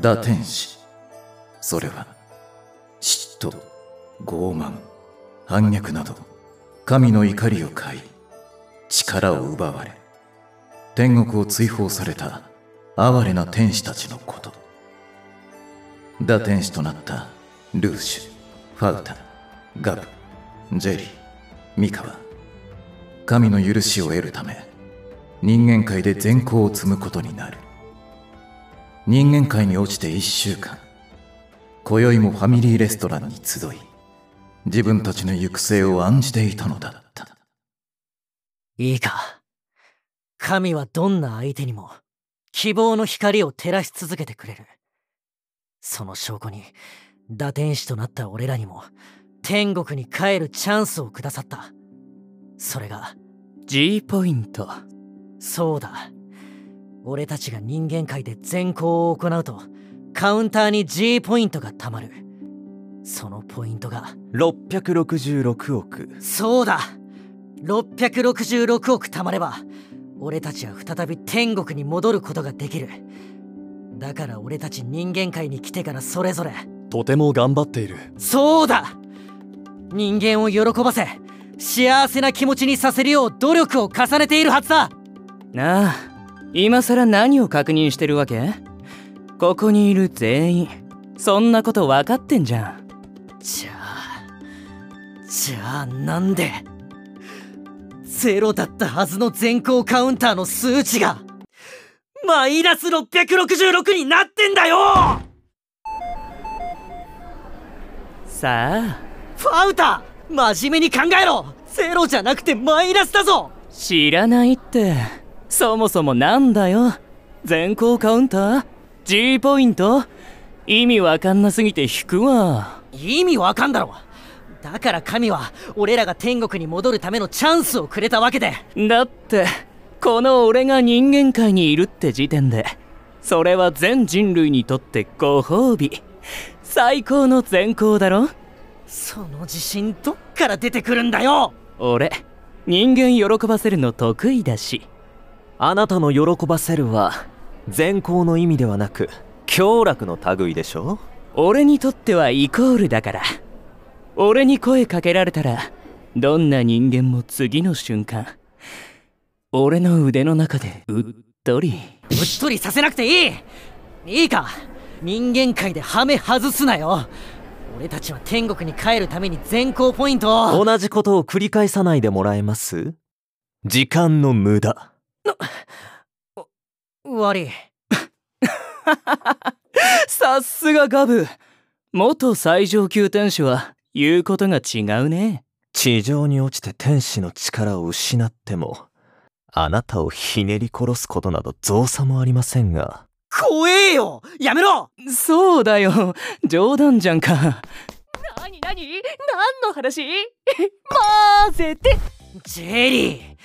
打天使。それは、嫉妬、傲慢、反逆など、神の怒りを買い、力を奪われ、天国を追放された哀れな天使たちのこと。打天使となったルーシュ、ファウタ、ガブ、ジェリー、ミカは、神の許しを得るため、人間界で善行を積むことになる。人間界に落ちて1週間、今宵もファミリーレストランに集い、自分たちの行く末を案じていたのだった。いいか。神はどんな相手にも希望の光を照らし続けてくれる。その証拠に、打天使となった俺らにも、天国に帰るチャンスをくださった。それが、 G ポイント。そうだ。俺たちが人間界で善行を行うと、カウンターに G ポイントが貯まる。そのポイントが、 666億。そうだ !666 億貯まれば、俺たちは再び天国に戻ることができる。だから俺たち人間界に来てからそれぞれ。とても頑張っている。そうだ人間を喜ばせ、幸せな気持ちにさせるよう努力を重ねているはずだなあ、今さら何を確認してるわけここにいる全員、そんなこと分かってんじゃん。じゃあ、じゃあなんでゼロだったはずの全校カウンターの数値が、マイナス666になってんだよさあ。ファウタ真面目に考えろゼロじゃなくてマイナスだぞ知らないって。そもそもなんだよ。全校カウンター ?G ポイント意味わかんなすぎて引くわ。意味わかんだろだから神は俺らが天国に戻るためのチャンスをくれたわけでだってこの俺が人間界にいるって時点でそれは全人類にとってご褒美最高の善行だろその自信どっから出てくるんだよ俺人間喜ばせるの得意だしあなたの喜ばせるは善行の意味ではなく凶楽の類でしょ俺にとってはイコールだから俺に声かけられたらどんな人間も次の瞬間俺の腕の中でうっとりうっとりさせなくていいいいか人間界でハメ外すなよ俺たちは天国に帰るために全校ポイントを同じことを繰り返さないでもらえます時間の無駄悪 いさすがガブ元最上級天使は言うことが違うね地上に落ちて天使の力を失ってもあなたをひねり殺すことなど造作もありませんが怖えよやめろそうだよ冗談じゃんかなになに何の話 混ぜてジェリー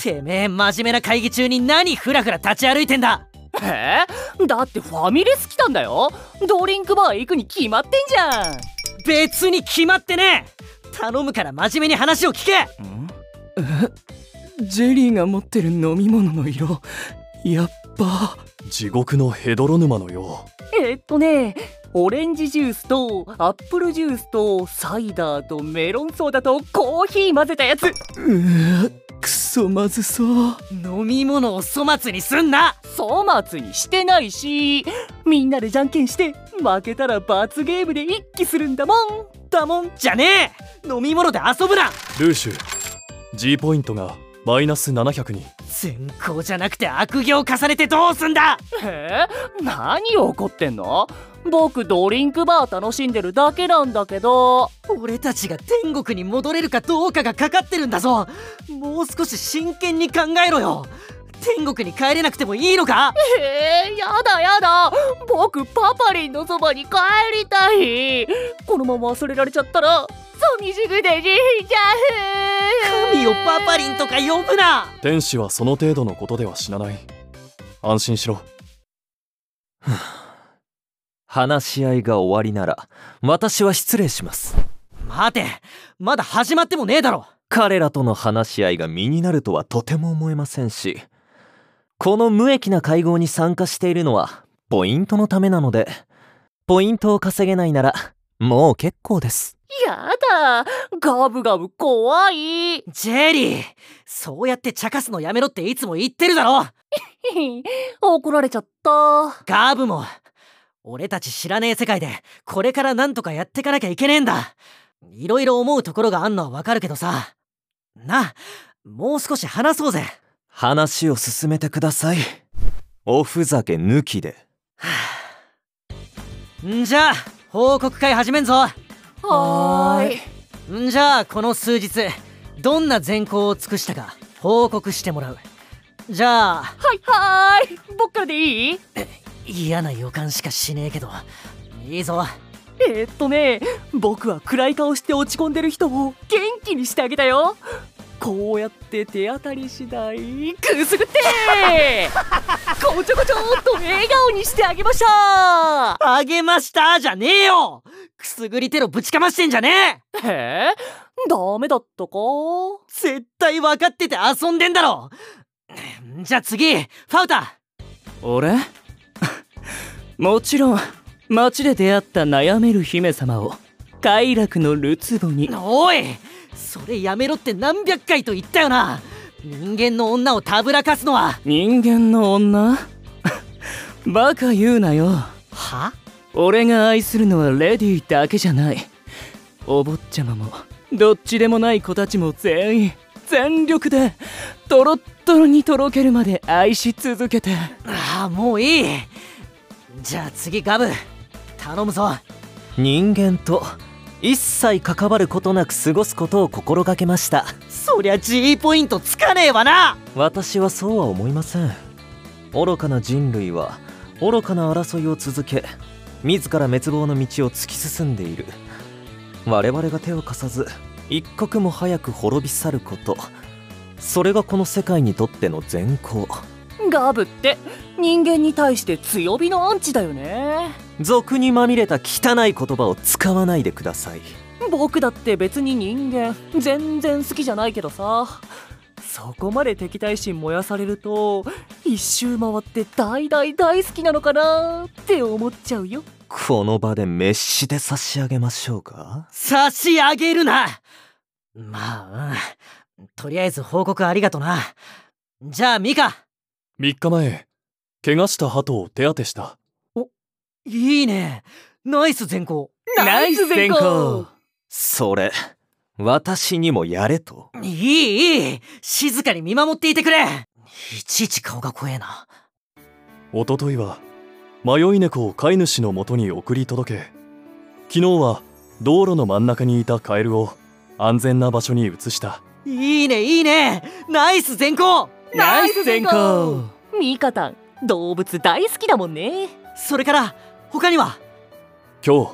てめえ真面目な会議中に何フラフラ立ち歩いてんだえー、だってファミレス来たんだよドリンクバー行くに決まってんじゃん別に決まってねえ頼むから真面目に話を聞けジェリーが持ってる飲み物の色やっぱ地獄のヘドロ沼のようえっとねオレンジジュースとアップルジュースとサイダーとメロンソーダとコーヒー混ぜたやつうわくそまずそう飲み物を粗末にすんな粗末にしてないしみんなでじゃんけんして負けたら罰ゲームで一気するんだもんだもんじゃねえ飲み物で遊ぶなルーシュ G ポイントがマイナス700に善行じゃなくて悪行重ねてどうすんだえー、何怒ってんの僕ドリンクバー楽しんでるだけなんだけど俺たちが天国に戻れるかどうかがかかってるんだぞもう少し真剣に考えろよ天国に帰れなくてもいいのかえー、やだやだ僕パパリンのそばに帰りたいこのまま忘れられちゃったら寂しくて死んじうゃ神をパパリンとか呼ぶな天使はその程度のことでは死なない安心しろ話し合いが終わりなら私は失礼します待てまだ始まってもねえだろ彼らとの話し合いが身になるとはとても思えませんしこの無益な会合に参加しているのはポイントのためなのでポイントを稼げないならもう結構ですやだガブガブ怖い ジェリーそうやって茶化すのやめろっていつも言ってるだろ怒られちゃったガーブも俺たち知らねえ世界でこれからなんとかやってかなきゃいけねえんだいろいろ思うところがあんのはわかるけどさなあもう少し話そうぜ話を進めてくださいおふざけ抜きでんじゃあ報告会始めんぞはーいんじゃあこの数日どんな善行を尽くしたか報告してもらうじゃあはいはーい僕からでいい嫌な予感しかしねえけどいいぞえーっとね僕は暗い顔して落ち込んでる人を元気にしてあげたよこうやって手当たり次第くすぐ ってこちょこちょっと笑顔にしてあげましたあげましたじゃねえよくすぐりテロぶちかましてんじゃねえへえダメだったか絶対分かってて遊んでんだろんじゃあ次ファウタ俺 もちろん街で出会った悩める姫様を快楽のるつぼにおいそれやめろって何百回と言ったよな人間の女をたぶらかすのは人間の女 バカ言うなよは俺が愛するのはレディーだけじゃないお坊ちゃまもどっちでもない子たちも全員全力でトロットロにとろけるまで愛し続けてああもういいじゃあ次ガブ頼むぞ人間と一切関わることなく過ごすことを心がけましたそりゃ G ポイントつかねえわな私はそうは思いません愚かな人類は愚かな争いを続け自ら滅亡の道を突き進んでいる我々が手を貸さず一刻も早く滅び去ることそれがこの世界にとっての善行ガブって人間に対して強火のアンチだよね俗にまみれた汚い言葉を使わないでください僕だって別に人間全然好きじゃないけどさそこまで敵対心燃やされると一周回って大大大好きなのかなって思っちゃうよこの場で滅死で差し上げましょうか差し上げるなまあうんとりあえず報告ありがとなじゃあミカ3日前怪我した鳩を手当てしたいいねナイス善行ナイス善行それ私にもやれといいいい静かに見守っていてくれいちいち顔が怖えなおとといは迷い猫を飼い主のもとに送り届け昨日は道路の真ん中にいたカエルを安全な場所に移したいいねいいねナイス善行ナイス善行ミカタン動物大好きだもんねそれから他には今日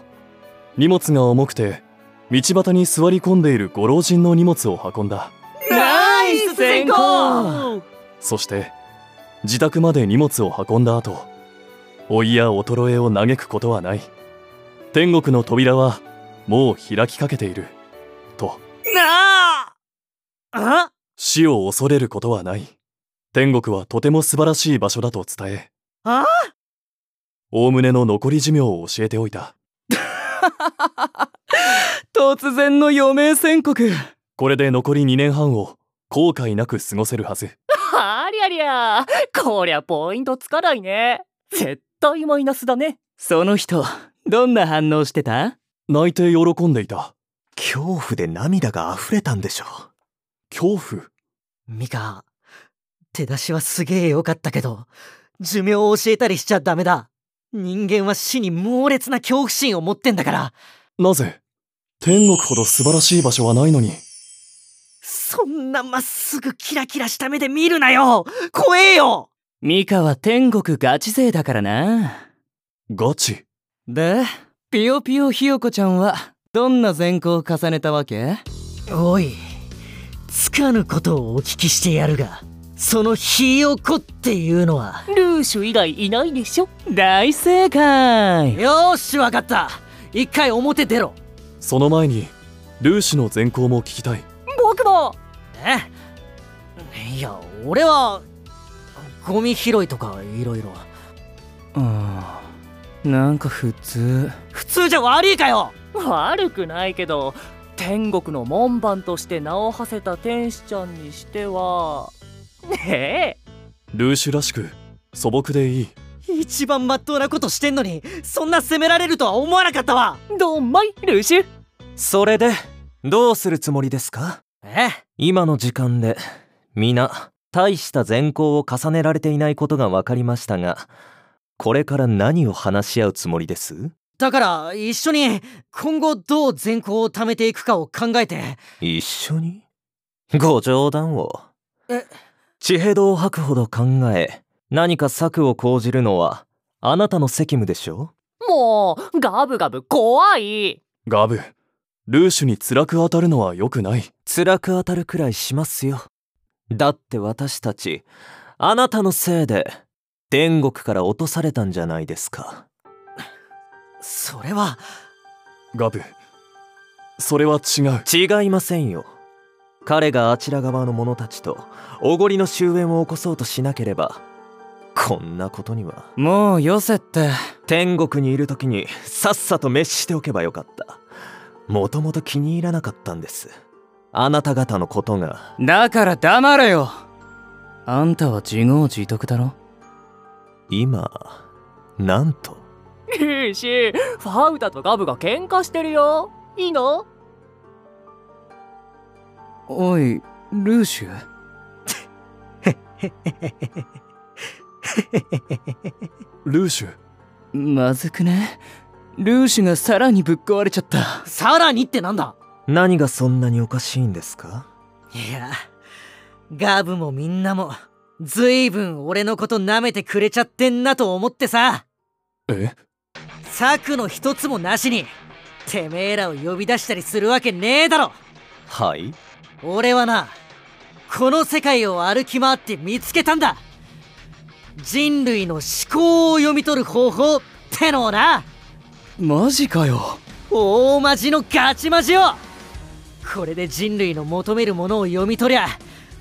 荷物が重くて道端に座り込んでいるご老人の荷物を運んだナイス善行そして自宅まで荷物を運んだ後老いや衰えを嘆くことはない天国の扉はもう開きかけているとなああ死を恐れることはない天国はとても素晴らしい場所だと伝えあおおむねの残り寿命を教えておいた突然の余命宣告これで残り2年半を後悔なく過ごせるはずありゃりゃこりゃポイントつかないね絶対マイナスだねその人どんな反応してた泣いて喜んでいた恐怖で涙が溢れたんでしょう恐怖ミカ手出しはすげえ良かったけど寿命を教えたりしちゃダメだ人間は死に猛烈な恐怖心を持ってんだからなぜ天国ほど素晴らしい場所はないのにそんなまっすぐキラキラした目で見るなよ怖えよミカは天国ガチ勢だからなガチでピヨピヨひよこちゃんはどんな善行を重ねたわけおいつかぬことをお聞きしてやるがそのひよこっていうのはルーシュ以外いないでしょ大正解よーしわかった一回表出ろその前にルーシュの善行も聞きたい僕もえいや俺はゴミ拾いとかいろいろあーなんか普通普通じゃ悪いかよ悪くないけど天国の門番として名を馳せた天使ちゃんにしてはねルーシュらしく素朴でいい一番真っ当なことしてんのにそんな責められるとは思わなかったわえどんまいルーシュそれでどうするつもりですかえ今の時間で皆大した善行を重ねられていないことが分かりましたがこれから何を話し合うつもりですだから一緒に今後どう善行を貯めていくかを考えて一緒にご冗談をえ地平道を吐くほど考え何か策を講じるのはあなたの責務でしょもうガブガブ怖いガブルーシュに辛く当たるのは良くない辛く当たるくらいしますよだって私たちあなたのせいで天国から落とされたんじゃないですかそれはガブそれは違う違いませんよ彼があちら側の者たちとおごりの終焉を起こそうとしなければこんなことにはもうよせって天国にいる時にさっさと滅しておけばよかったもともと気に入らなかったんですあなた方のことがだから黙れよあんたは自業自得だろ今なんとルーシュファウタとガブが喧嘩してるよいいのおいルーシュルーシュまずくねルーシュがさらにぶっ壊れちゃったさらにってなんだ何がそんなにおかしいんですかいやガブもみんなもずいぶん俺のこと舐めてくれちゃってんなと思ってさえ策の一つもなしにてめえらを呼び出したりするわけねえだろはい俺はなこの世界を歩き回って見つけたんだ人類の思考を読み取る方法ってのをなマジかよ大マジのガチマジよこれで人類の求めるものを読み取りゃ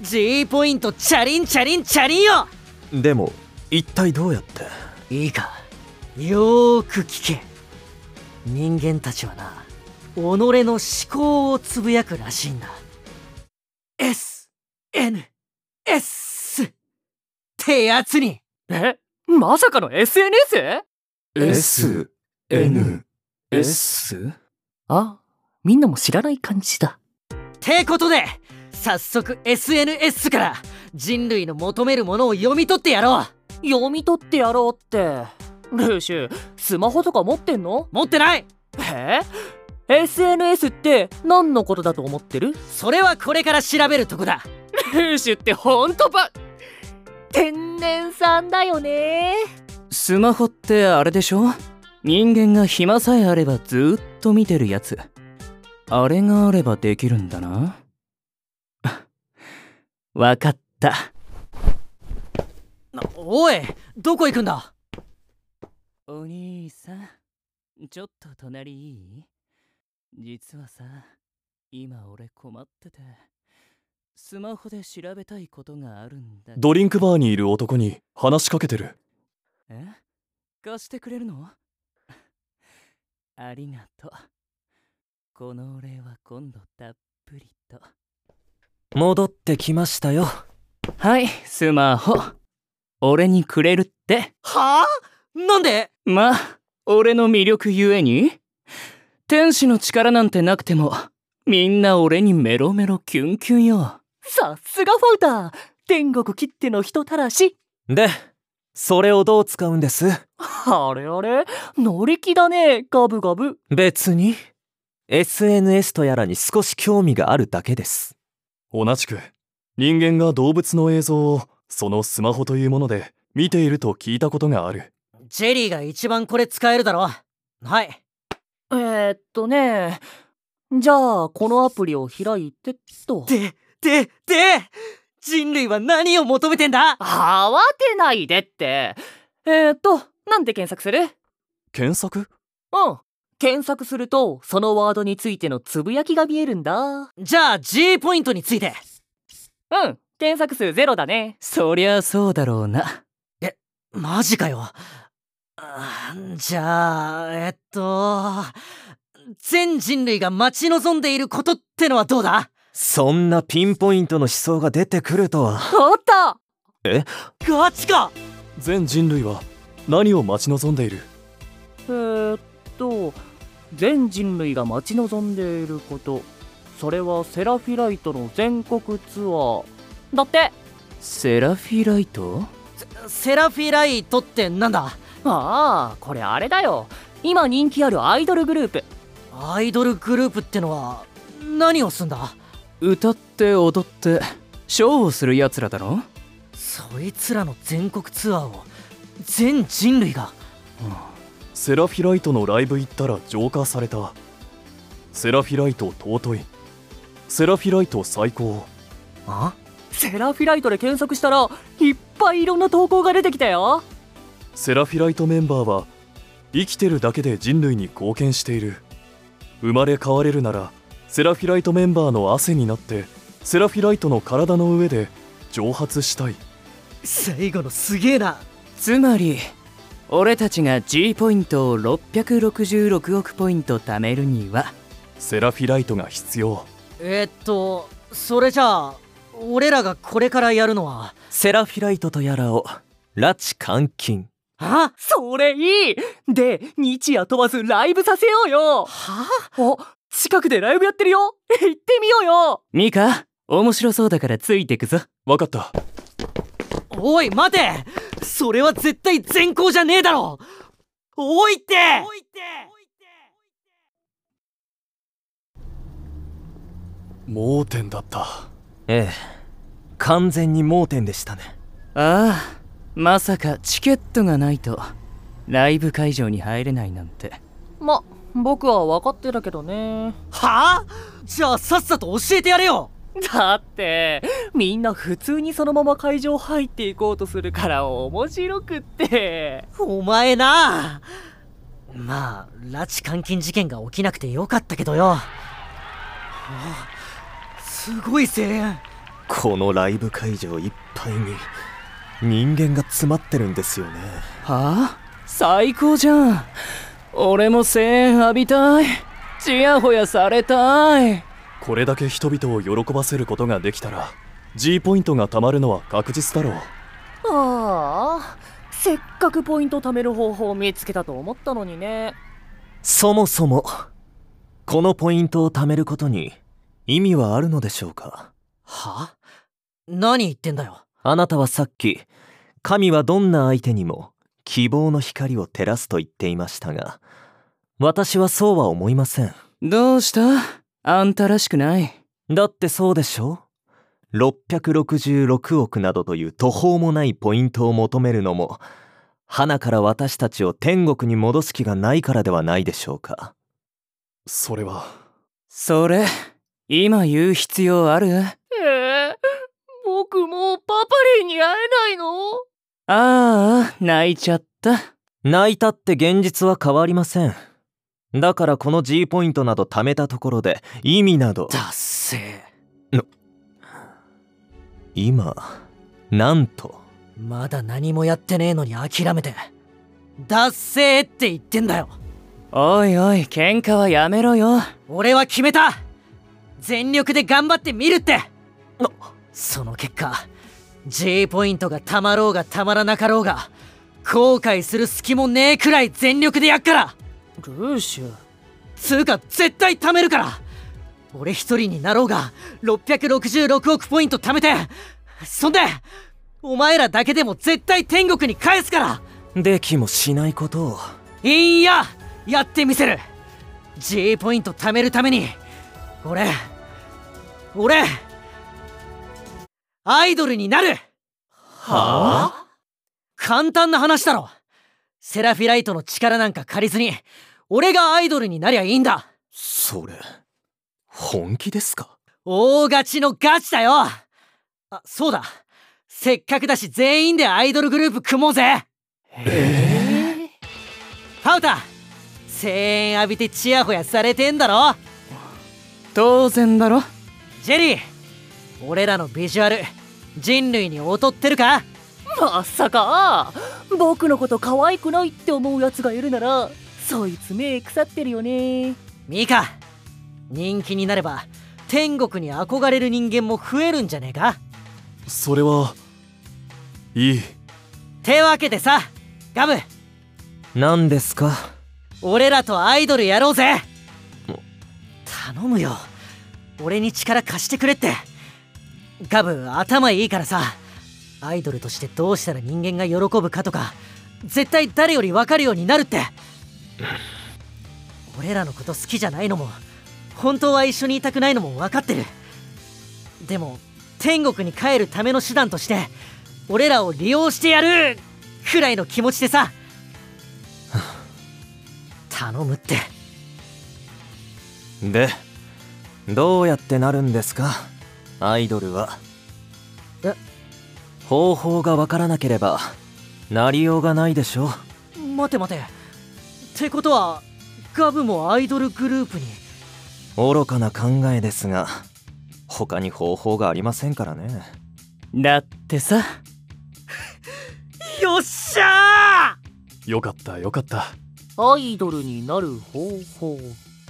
G ポイントチャリンチャリンチャリンよでも一体どうやっていいかよーく聞け人間たちはな己の思考をつぶやくらしいんだ SNS ってやつにえまさかの SNS? S N S? あみんなも知らない感じだてことで早速 SNS から人類の求めるものを読み取ってやろう読み取ってやろうってルーシュスマホとか持ってんの持ってないえ SNS って何のことだと思ってるそれはこれから調べるとこだルーシュってほんとば天然さんだよねスマホってあれでしょ人間が暇さえあればずーっと見てるやつあれがあればできるんだな わかったなおいどこ行くんだお兄さんちょっと隣いい実はさ今俺困っててスマホで調べたいことがあるんだドリンクバーにいる男に話しかけてるえ貸してくれるの ありがとうこのお礼は今度たっぷりと戻ってきましたよはいスマホ俺にくれるってはあなんでまあ俺の魅力ゆえに天使の力なんてなくてもみんな俺にメロメロキュンキュンよさすがファウター天国きっての人たらしでそれをどう使うんですあれあれ乗り気だねガブガブ別に SNS とやらに少し興味があるだけです同じく人間が動物の映像をそのスマホというもので見ていると聞いたことがあるジェリーが一番これ使えるだろはいえー、っとねじゃあこのアプリを開いてっとででで人類は何を求めてんだ慌てないでってえー、っとなんで検索する検索うん。検索すると、そのワードについてのつぶやきが見えるんだ。じゃあ G ポイントについてうん。検索数ゼロだね。そりゃそうだろうなマジかよあーじゃあ、えっと、全人類が待ち望んでいることってのはどうだそんなピンポイントの思想が出てくるとはおっとガチか全人類は何を待ち望んでいるえーっと全人類が待ち望んでいることそれはセラフィライトの全国ツアーだってセラフィライトセラフィライトってなんだああこれあれだよ今人気あるアイドルグループアイドルグループってのは何をすんだ歌って踊ってショーをするやつらだろそいつらの全国ツアーを全人類がセラフィライトのライブ行ったら浄化されたセラフィライト尊いセラフィライト最高あセラフィライトで検索したらいっぱいいろんな投稿が出てきたよセラフィライトメンバーは生きてるだけで人類に貢献している生まれ変われるならセラフィライトメンバーの汗になってセラフィライトの体の上で蒸発したい最後のすげえなつまり俺たちが G ポイントを666億ポイント貯めるにはセラフィライトが必要えっとそれじゃあ俺らがこれからやるのはセラフィライトとやらを拉致監禁あそれいいで日夜問わずライブさせようよはお近くでライブやってるよ行ってみようよミカ面白そうだからついてくぞわかったおい待てそれは絶対全校じゃねえだろおいって盲点だったええ完全に盲点でしたねああまさかチケットがないとライブ会場に入れないなんてま僕は分かってたけどねはあじゃあさっさと教えてやれよだってみんな普通にそのまま会場入っていこうとするから面白くってお前なまあ拉致監禁事件が起きなくてよかったけどよあすごい声援このライブ会場いっぱいに人間が詰まってるんですよねはあ最高じゃん俺も声援浴びたいちやほやされたいこれだけ人々を喜ばせることができたら G ポイントが貯まるのは確実だろうああせっかくポイント貯める方法を見つけたと思ったのにねそもそもこのポイントを貯めることに意味はあるのでしょうかは何言ってんだよあなたはさっき神はどんな相手にも希望の光を照らすと言っていましたが私はそうは思いませんどうしたあんたらしくないだってそうでしょ ?666 億などという途方もないポイントを求めるのも、花から私たちを天国に戻す気がないからではないでしょうか。それはそれ今言う必要あるええ僕もうパパリンに会えないのああ泣いちゃった泣いたって現実は変わりません。だからこの G ポイントなど貯めたところで意味などだっせえ今なんとまだ何もやってねえのに諦めてだっせえって言ってんだよおいおい喧嘩はやめろよ俺は決めた全力で頑張ってみるってその結果 G ポイントがたまろうがたまらなかろうが後悔する隙もねえくらい全力でやっからルーシュつうか絶対貯めるから俺一人になろうが666億ポイント貯めてそんでお前らだけでも絶対天国に返すからできもしないことをいいややってみせる G ポイント貯めるために俺俺アイドルになるはあ簡単な話だろセラフィライトの力なんか借りずに俺がアイドルになりゃいいんだそれ本気ですか大勝ちのガチだよあそうだせっかくだし全員でアイドルグループ組もうぜえパウタ声援浴びてチヤホヤされてんだろ当然だろジェリー俺らのビジュアル人類に劣ってるかもまさか僕のこと可愛くないって思うやつがいるならそいつ目腐ってるよねミカ人気になれば天国に憧れる人間も増えるんじゃねえかそれは、いい。てわけでさガム何ですか俺らとアイドルやろうぜ頼むよ俺に力貸してくれってガブ頭いいからさアイドルとしてどうしたら人間が喜ぶかとか絶対誰より分かるようになるって俺らのこと好きじゃないのも本当は一緒にいたくないのも分かってるでも天国に帰るための手段として俺らを利用してやるくらいの気持ちでさ頼むってでどうやってなるんですかアイドルはえ方法がわからなければなりようがないでしょ待て待てってことはガブもアイドルグループに愚かな考えですが他に方法がありませんからねだってさよっしゃよかった、よかった。アイドルになる方法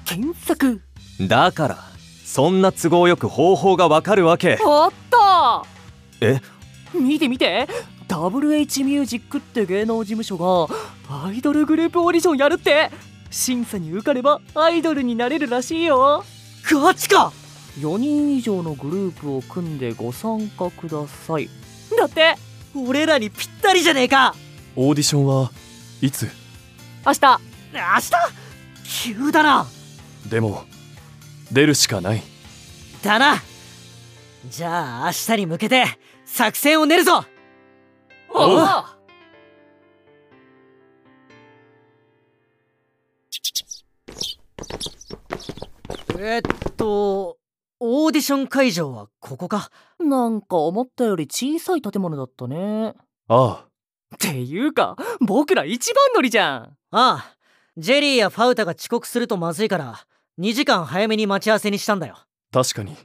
検索だからそんな都合よく方法がわかるわけあったえ見て見て WH ミュージックって芸能事務所がアイドルグループオーディションやるって審査に受かればアイドルになれるらしいよーガチか4人以上のグループを組んでご参加くださいだって俺らにぴったりじゃねえかオーディションはいつ明日明日急だなでも、出るしかない。だなじゃあ明日に向けて作戦を練るぞおうえっとオーディション会場はここかなんか思ったより小さい建物だったねああ、っていうか僕ら一番乗りじゃんああジェリーやファウタが遅刻するとまずいから2時間早めに待ち合わせにしたんだよ確かに。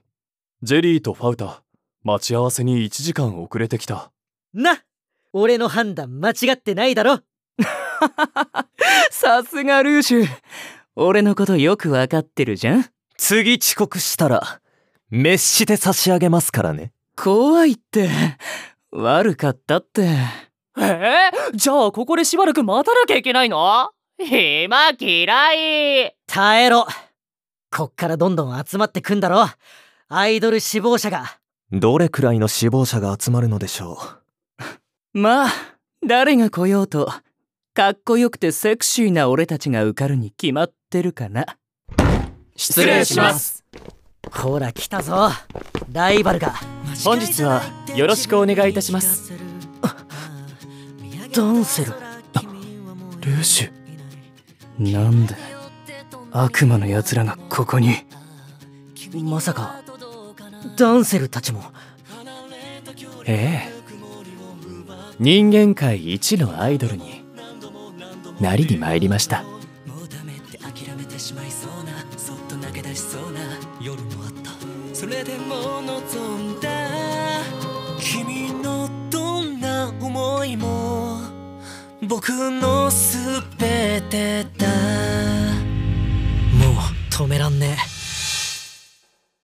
ジェリーとファウタ、待ち合わせに1時間遅れてきた。な俺の判断間違ってないだろさすがルーシュ俺のことよくわかってるじゃん次遅刻したら滅して差し上げますからね怖いって悪かったってえー、じゃあここでしばらく待たなきゃいけないの暇嫌い耐えろこっからどんどん集まってくんだろアイドル志望者がどれくらいの死亡者が集まるのでしょまあ誰が来ようとかっこよくてセクシーな俺たちが受かるに決まってるかな失礼しますほら来たぞライバルが本日はよろしくお願いいたしますダンセルルーシュなんで悪魔の奴らがここにまさかダンセルたちもええ人間界一のアイドルになりに参りましたもうダメって諦めてしまいそうなそっと投げ出しそうな夜もあったそれでも望んだ君のどんな思いも僕のすべてだ